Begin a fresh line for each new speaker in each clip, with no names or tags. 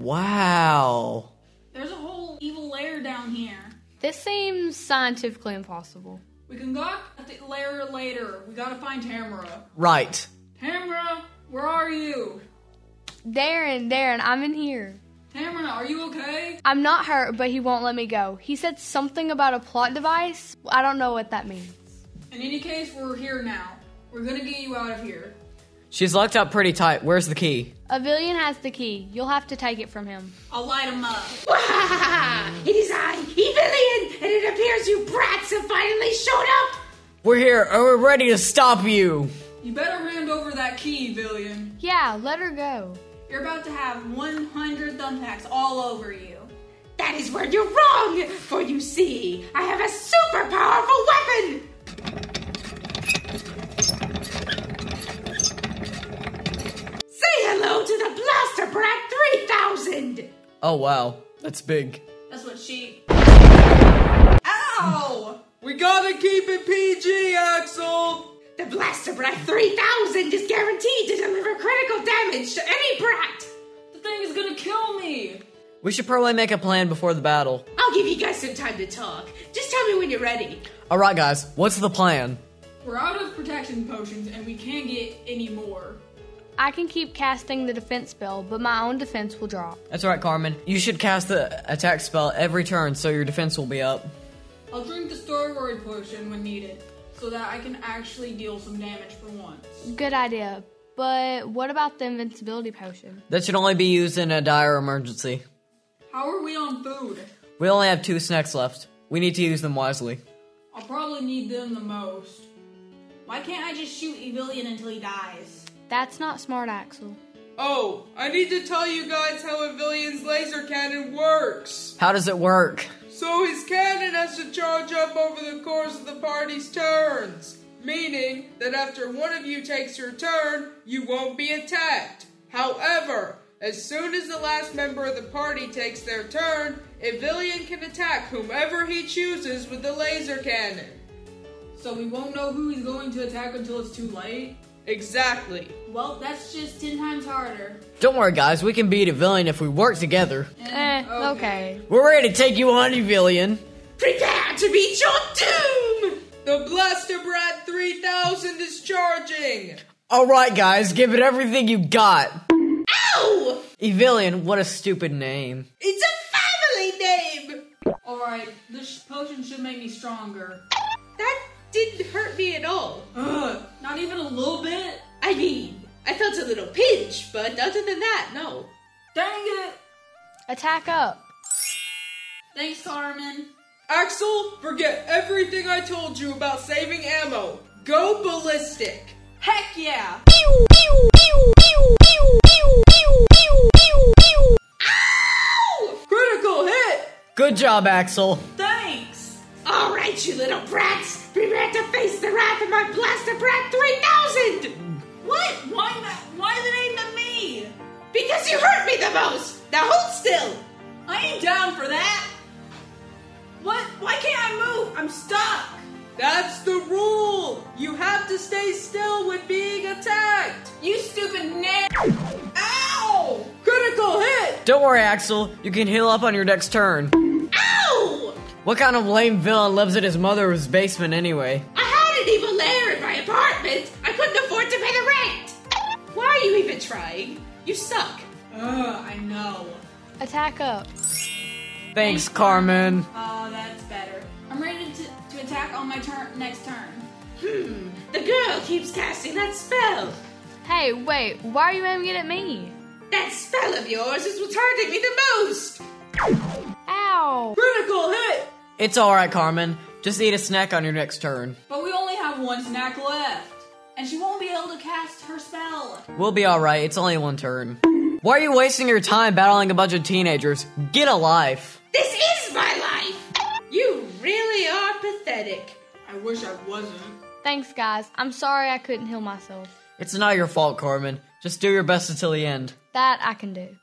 Wow.
There's a whole evil lair down here.
This seems scientifically impossible.
We can go at the lair later. We gotta find Tamara.
Right.
Tamara, where are you?
Darren, Darren, I'm in here.
Tamara, are you okay?
I'm not hurt, but he won't let me go. He said something about a plot device. I don't know what that means.
In any case, we're here now. We're gonna get you out of here.
She's locked up pretty tight. Where's the key?
Avilion has the key. You'll have to take it from him.
I'll light him up.
It is I, Evilian, and it appears you brats have finally showed up.
We're here and we're ready to stop you.
You better hand over that key, Villian.
Yeah, let her go.
You're about to have 100 thumbtacks all over you.
That is where you're wrong, for you see, I have a super powerful weapon. Say hello to the Blaster Brat 3000.
Oh, wow. That's big.
That's what she. Ow!
We gotta keep it PG, Axel!
The Blaster Brat 3000 is guaranteed to deliver critical damage to any brat.
The thing is gonna kill me!
We should probably make a plan before the battle.
I'll give you guys some time to talk. Just tell me when you're ready.
All right, guys, what's the plan?
We're out of protection potions and we can't get any more.
I can keep casting the defense spell, but my own defense will drop.
That's right, Carmen. You should cast the attack spell every turn so your defense will be up.
I'll drink the story word potion when needed so that I can actually deal some damage for once.
Good idea. But what about the invincibility potion?
That should only be used in a dire emergency.
How are we on food?
We only have two snacks left. We need to use them wisely.
I'll probably need them the most. Why can't I just shoot Evilian until he dies?
That's not smart, Axel.
Oh, I need to tell you guys how Avilian's laser cannon works.
How does it work?
So his cannon has to charge up over the course of the party's turns, meaning that after one of you takes your turn, you won't be attacked. However, as soon as the last member of the party takes their turn, Avilian can attack whomever he chooses with the laser cannon.
So we won't know who he's going to attack until it's too late?
Exactly.
Well, that's just 10 times harder.
Don't worry, guys. We can beat a villain if we work together.
Eh, okay.
We're ready to take you on, Evilian.
Prepare to meet your doom!
The Blaster Brat 3000 is charging!
All right, guys, give it everything you got.
Ow!
Evilian, what a stupid name.
Oh, It's a family name!
Alright, this potion should make me stronger.
That didn't hurt me at all.
Ugh, not even a little bit?
I mean, I felt a little pinch, but other than that, no.
Dang it!
Attack up.
Thanks, Carmen.
Axel, forget everything I told you about saving ammo. Go ballistic!
Heck yeah!
Critical hit!
Good job, Axel.
Thanks!
Alright, you little brats! Prepare to face the wrath of my Blaster Brat 3000!
What? Why not? Why the name to me?
Because you hurt me the most! Now hold still!
I ain't down for that! What? Why can't I move? I'm stuck!
That's the rule! You have to stay still when being attacked!
You stupid Nick! Ow!
Critical hit!
Don't worry, Axel. You can heal up on your next turn.
Ow!
What kind of lame villain lives in his mother's basement anyway?
I had an evil lair in my apartment! I couldn't afford to pay the rent! Why are you even trying? You suck!
Ugh, I know.
Attack up.
Thanks, Carmen.
Oh, that's better. I'm ready to, to attack on my turn next turn.
Hmm, the girl keeps casting that spell!
Hey, wait, why are you aiming it at me?
That spell of yours is what's hurting me the most!
Ow!
Critical hit!
It's alright, Carmen. Just eat a snack on your next turn.
But we only have one snack left. And she won't be able to cast her spell.
We'll be alright. It's only one turn. Why are you wasting your time battling a bunch of teenagers? Get a life.
This is my life! You really are pathetic.
I wish I wasn't.
Thanks, guys. I'm sorry I couldn't heal myself.
It's not your fault, Carmen. Just do your best until the end.
That I can do.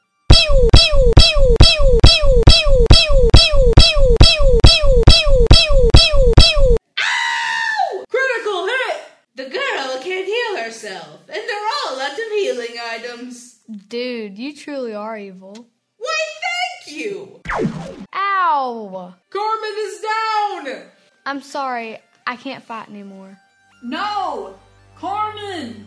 Critical hit!
The girl can't heal herself, and they're all out of healing items.
Dude, you truly are evil.
Wow! Why, thank you!
Ow!
Carmen is down!
I'm sorry. I can't fight anymore.
No! Carmen!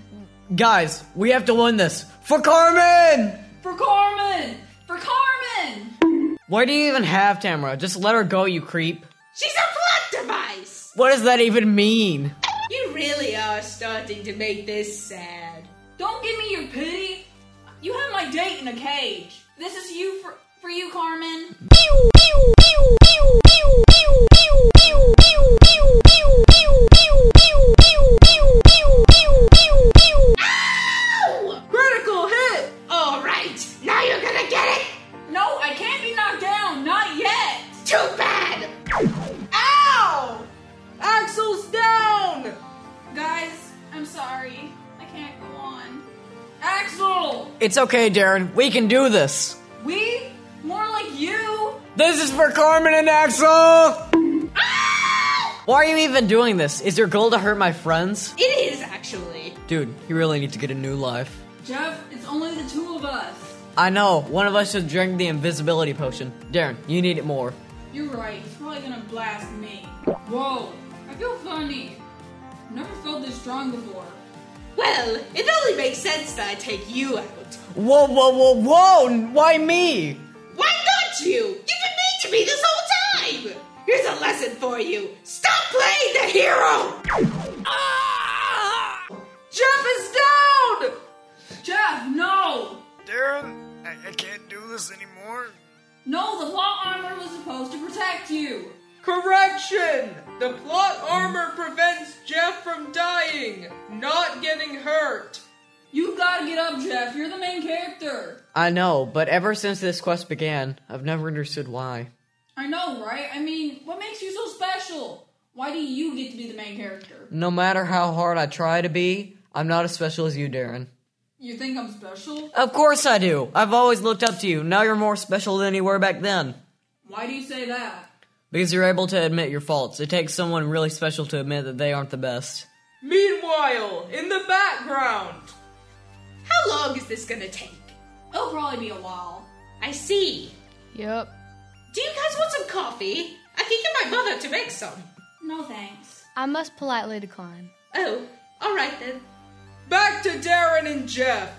Guys, we have to win this. For Carmen!
For Carmen! For Carmen!
Why do you even have Tamara? Just let her go, you creep.
She's a plot device!
What does that even mean?
You really are starting to make this sad.
Don't give me your pity. You had my date in a cage. This is you for for you, Carmen.
Ow!
Critical hit!
Alright, now you're gonna get it!
No, I can't be knocked down. Not yet.
Too bad! Ow!
Axel's down!
Guys, I'm sorry. I can't go on. Axel,
It's okay, Darren. We can do this.
we more like you.
This is for Carmen and Axel! Ah! Why are you even doing this? Is your goal to hurt my friends?
It is actually.
Dude, you really need to get a new life.
Jeff, it's only the two of us.
I know, one of us should drink the invisibility potion. Darren, you need it more.
You're right. He's probably gonna blast me. Whoa, I feel funny. Never felt this strong before.
Well, it only makes sense that I take you out.
Whoa, whoa, whoa, whoa! Why me?
Why don't you? You've been mean to me this whole time! Here's a lesson for you stop playing the hero! Ah!
Jeff is down!
Jeff, no!
Darren, I, I can't do this anymore.
No, the plot armor was supposed to protect you.
Correction! The plot armor prevents Jeff from dying, not getting hurt.
You gotta get up, Jeff. You're the main character.
I know, but ever since this quest began, I've never understood why.
I know, right? I mean, what makes you so special? Why do you get to be the main character?
No matter how hard I try to be, I'm not as special as you, Darren.
You think I'm special?
Of course I do. I've always looked up to you. Now you're more special than you were back then.
Why do you say that?
Because you're able to admit your faults. It takes someone really special to admit that they aren't the best.
Meanwhile, in the background,
How long is this gonna take? Oh,
It'll probably be a while.
I see.
Yep.
Do you guys want some coffee? I can get my mother to make some.
No thanks.
I must politely decline.
Oh, alright then.
back to Darren and Jeff.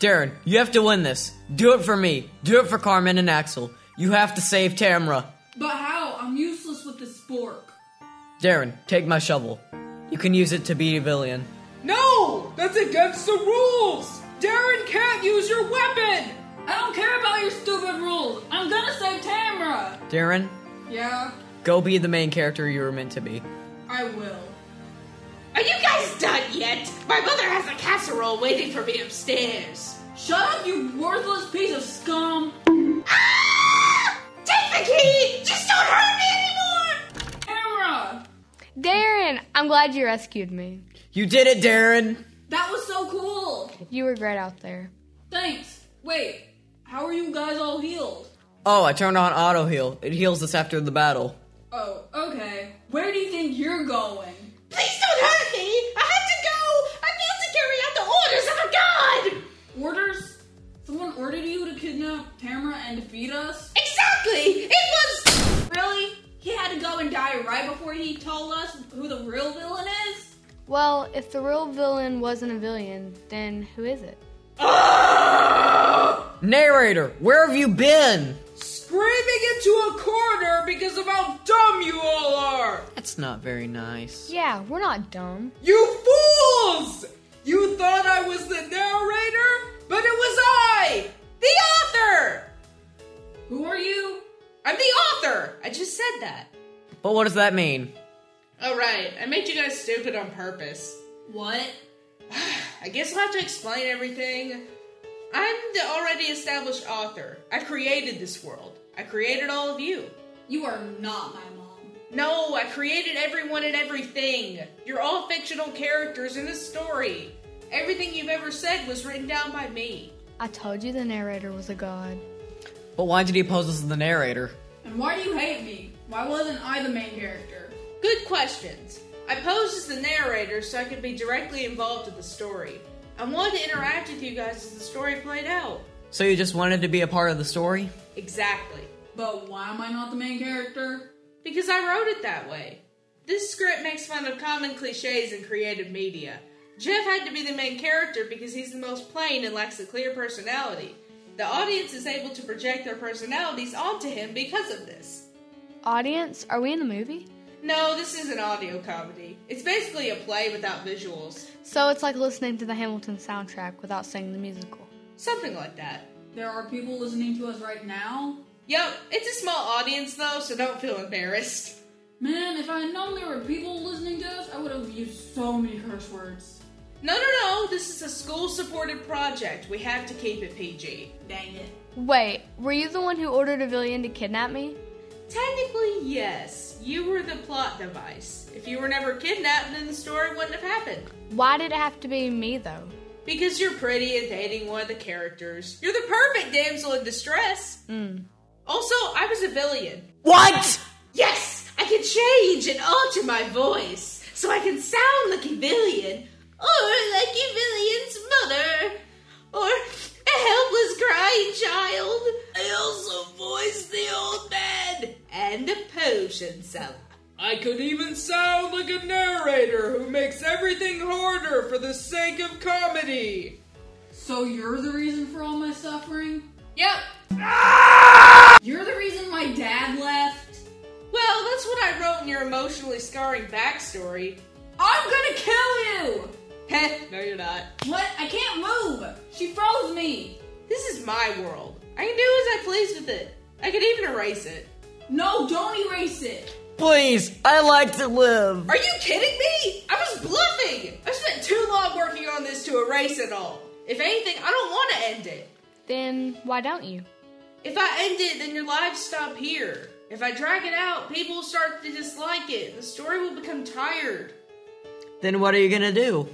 Darren, you have to win this. Do it for me. Do it for Carmen and Axel. You have to save Tamra.
But how? I'm useless with this spork.
Darren, take my shovel. You can use it to beat a villain.
No! That's against the rules! Darren can't use your weapon!
I don't care about your stupid rules. I'm gonna save Tamara.
Darren,
Yeah,
go be the main character you were meant to be.
I will.
Are you guys done yet? My mother has a casserole waiting for me upstairs.
Shut up, you worthless piece of scum.
Ah! Take the key! Just don't hurt me anymore!
Tamara,
Darren, I'm glad you rescued me.
You did it, Darren!
that was so cool.
You were great out there.
Thanks. Wait, how are you guys all healed?
Oh, I turned on auto heal. It heals us after the battle.
Oh, okay. Where do you think you're going?
Please don't hurt me! I have to go! I failed to carry out the orders of a god!
Orders? Someone ordered you to kidnap Tamara and defeat us?
Exactly! It was.
Really? He had to go and die right before he told us who the real villain is?
Well, if the real villain wasn't a villain, then who is it?
Narrator, where have you been?
Screaming into a corner because of how dumb you all are!
That's not very nice.
Yeah, we're not dumb.
You fools! You thought I was the narrator? But it was I! The author!
Who are you?
I'm the author! I just said that.
But what does that mean?
Alright, Oh, I made you guys stupid on purpose.
What?
I guess I'll have to explain everything. I'm the already established author. I created this world. I created all of you.
You are not my mom.
No, I created everyone and everything. You're all fictional characters in this story. Everything you've ever said was written down by me.
I told you the narrator was a god.
But why did he pose as the narrator?
And why do you hate me? Why wasn't I the main character?
Good questions. I posed as the narrator so I could be directly involved in the story. I wanted to interact with you guys as the story played out.
So you just wanted to be a part of the story?
Exactly.
But why am I not the main character?
Because I wrote it that way. This script makes fun of common cliches in creative media. Jeff had to be the main character because he's the most plain and lacks a clear personality. The audience is able to project their personalities onto him because of this.
Audience, are we in the movie?
No, this is an audio comedy. It's basically a play without visuals.
So it's like listening to the Hamilton soundtrack without singing the musical.
Something like that.
There are people listening to us right now.
Yep, it's a small audience though, so don't feel embarrassed.
Man, if I had known there were people listening to us, I would have used so many curse words.
No, no, no, this is a school supported project. We have to keep it PG.
Dang it.
Wait, were you the one who ordered a villain to kidnap me?
Technically, yes. You were the plot device. If you were never kidnapped, then the story wouldn't have happened.
Why did it have to be me though?
Because you're pretty and dating one of the characters. You're the perfect damsel in distress. Also, I was a villain.
What?
Yes, I can change and alter my voice so I can sound like a villain, or like a villain's mother, or a helpless crying child. I also voiced the old man and a potion seller.
I could even sound like a narrator who makes everything harder for the sake of comedy.
So you're the reason for all my suffering?
Yep.
You're the reason my dad left?
Well, that's what I wrote in your emotionally scarring backstory.
I'm gonna kill you!
Heh, no, you're not.
What? I can't move! She froze me!
This is my world. I can do as I please with it. I can even erase it.
No, don't erase it!
Please, I like to live.
Are you kidding me? I was bluffing! I spent too long working on this to erase it all. If anything, I don't want to end it.
Then why don't you?
If I end it, then your lives stop here. If I drag it out, people start to dislike it, and the story will become tired.
Then what are you gonna do?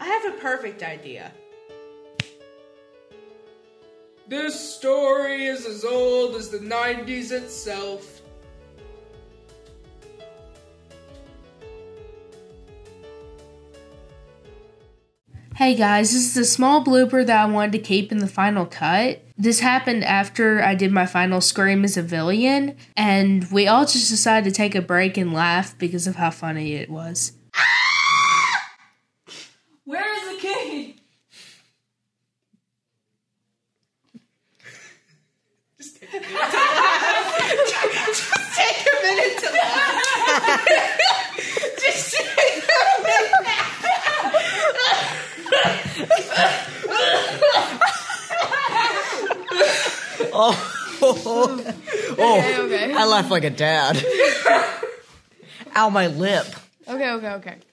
I have a perfect idea.
This story is as old as the 90s itself.
Hey guys, this is a small blooper that I wanted to keep in the final cut. This happened after I did my final scream as a villain, and we all just decided to take a break and laugh because of how funny it was.
Where is the kid?
Take a minute to laugh. Just take a minute.
Oh,
Okay, okay.
I laugh like a dad. Ow, my lip.
Okay, okay, okay.